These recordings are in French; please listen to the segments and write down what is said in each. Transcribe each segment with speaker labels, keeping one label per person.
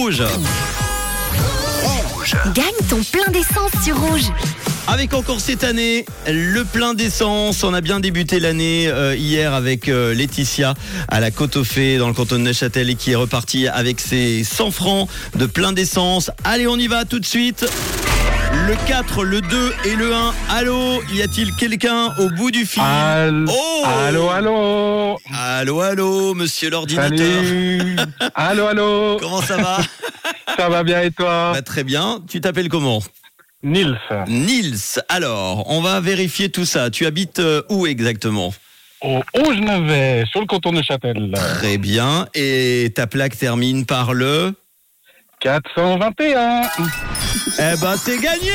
Speaker 1: Rouge.
Speaker 2: Gagne ton plein d'essence sur rouge.
Speaker 1: Avec encore cette année le plein d'essence, on a bien débuté l'année euh, hier avec euh, Laetitia à la Côte aux Fées dans le canton de Neuchâtel et qui est repartie avec ses 100 francs de plein d'essence. Allez, on y va tout de suite. Le 4, le 2 et le 1. Allô, y a-t-il quelqu'un au bout du fil
Speaker 3: Allô,
Speaker 1: Oh
Speaker 3: allô, allô,
Speaker 1: Allô, allô, monsieur l'ordinateur.
Speaker 3: salut, allô, allô,
Speaker 1: Comment ça va
Speaker 3: ça va bien et toi
Speaker 1: Bah, Très bien. Tu t'appelles comment
Speaker 3: Nils,
Speaker 1: Nils. Alors, on va vérifier tout ça. Tu habites euh, où exactement
Speaker 3: au 11 9 sur le canton de Châtel,
Speaker 1: Très bien. Et ta plaque termine par le.
Speaker 3: 421.
Speaker 1: Eh ben, c'est gagné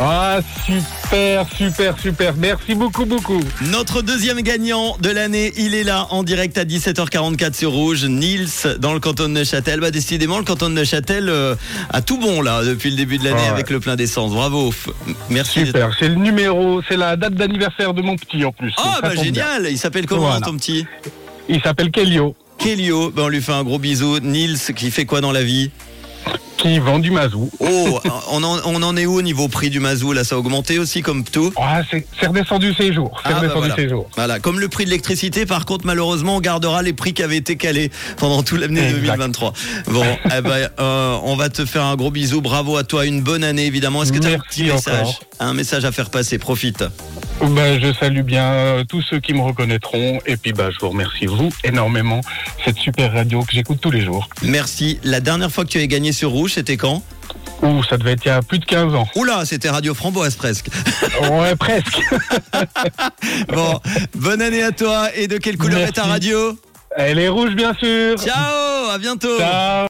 Speaker 3: Ah, super, super, super, merci beaucoup, beaucoup.
Speaker 1: Notre deuxième gagnant de l'année, il est là en direct à 17h44 sur Rouge, Nils, dans le canton de Neuchâtel. Bah, décidément, le canton de Neuchâtel euh, a tout bon là depuis le début de l'année
Speaker 3: Ah ouais.
Speaker 1: avec le plein d'essence. Bravo. F- Merci.
Speaker 3: Super, c'est le numéro, c'est la date d'anniversaire de mon petit en plus.
Speaker 1: Ah,
Speaker 3: donc ça
Speaker 1: bah
Speaker 3: tombe
Speaker 1: génial Il s'appelle comment
Speaker 3: Voilà.
Speaker 1: ton petit
Speaker 3: bien. Il s'appelle Kelio,
Speaker 1: Kelio. Bah, on lui fait un gros bisou. Nils, qui fait quoi dans la vie
Speaker 3: qui vend du mazou.
Speaker 1: Oh, on en, on en est où au niveau prix du mazou là Ça a augmenté aussi comme tout
Speaker 3: Ah, c'est c'est redescendu ces jours, c'est
Speaker 1: Ah, bah
Speaker 3: redescendu
Speaker 1: voilà.
Speaker 3: ces jours.
Speaker 1: Voilà, comme le prix de l'électricité, par contre, malheureusement, on gardera les prix qui avaient été calés pendant toute l'année
Speaker 3: Exact.
Speaker 1: 2023. Bon, eh ben, euh, on va te faire un gros bisou, bravo à toi, une bonne année évidemment. Est-ce que tu as un
Speaker 3: Merci
Speaker 1: petit message
Speaker 3: encore.
Speaker 1: Un message à faire passer, profite.
Speaker 3: Ben, je salue bien euh, tous ceux qui me reconnaîtront et puis ben, je vous remercie vous énormément cette super radio que j'écoute tous les jours.
Speaker 1: Merci. La dernière fois que tu avais gagné sur Rouge, c'était quand
Speaker 3: Ouh, ça devait être il y a plus de 15 ans.
Speaker 1: Oula, c'était Radio Framboise presque.
Speaker 3: Ouais, presque.
Speaker 1: Bon, bonne année à toi et de quelle couleur est ta
Speaker 3: Merci.
Speaker 1: radio
Speaker 3: Elle est rouge bien sûr.
Speaker 1: Ciao, à bientôt
Speaker 3: Ciao.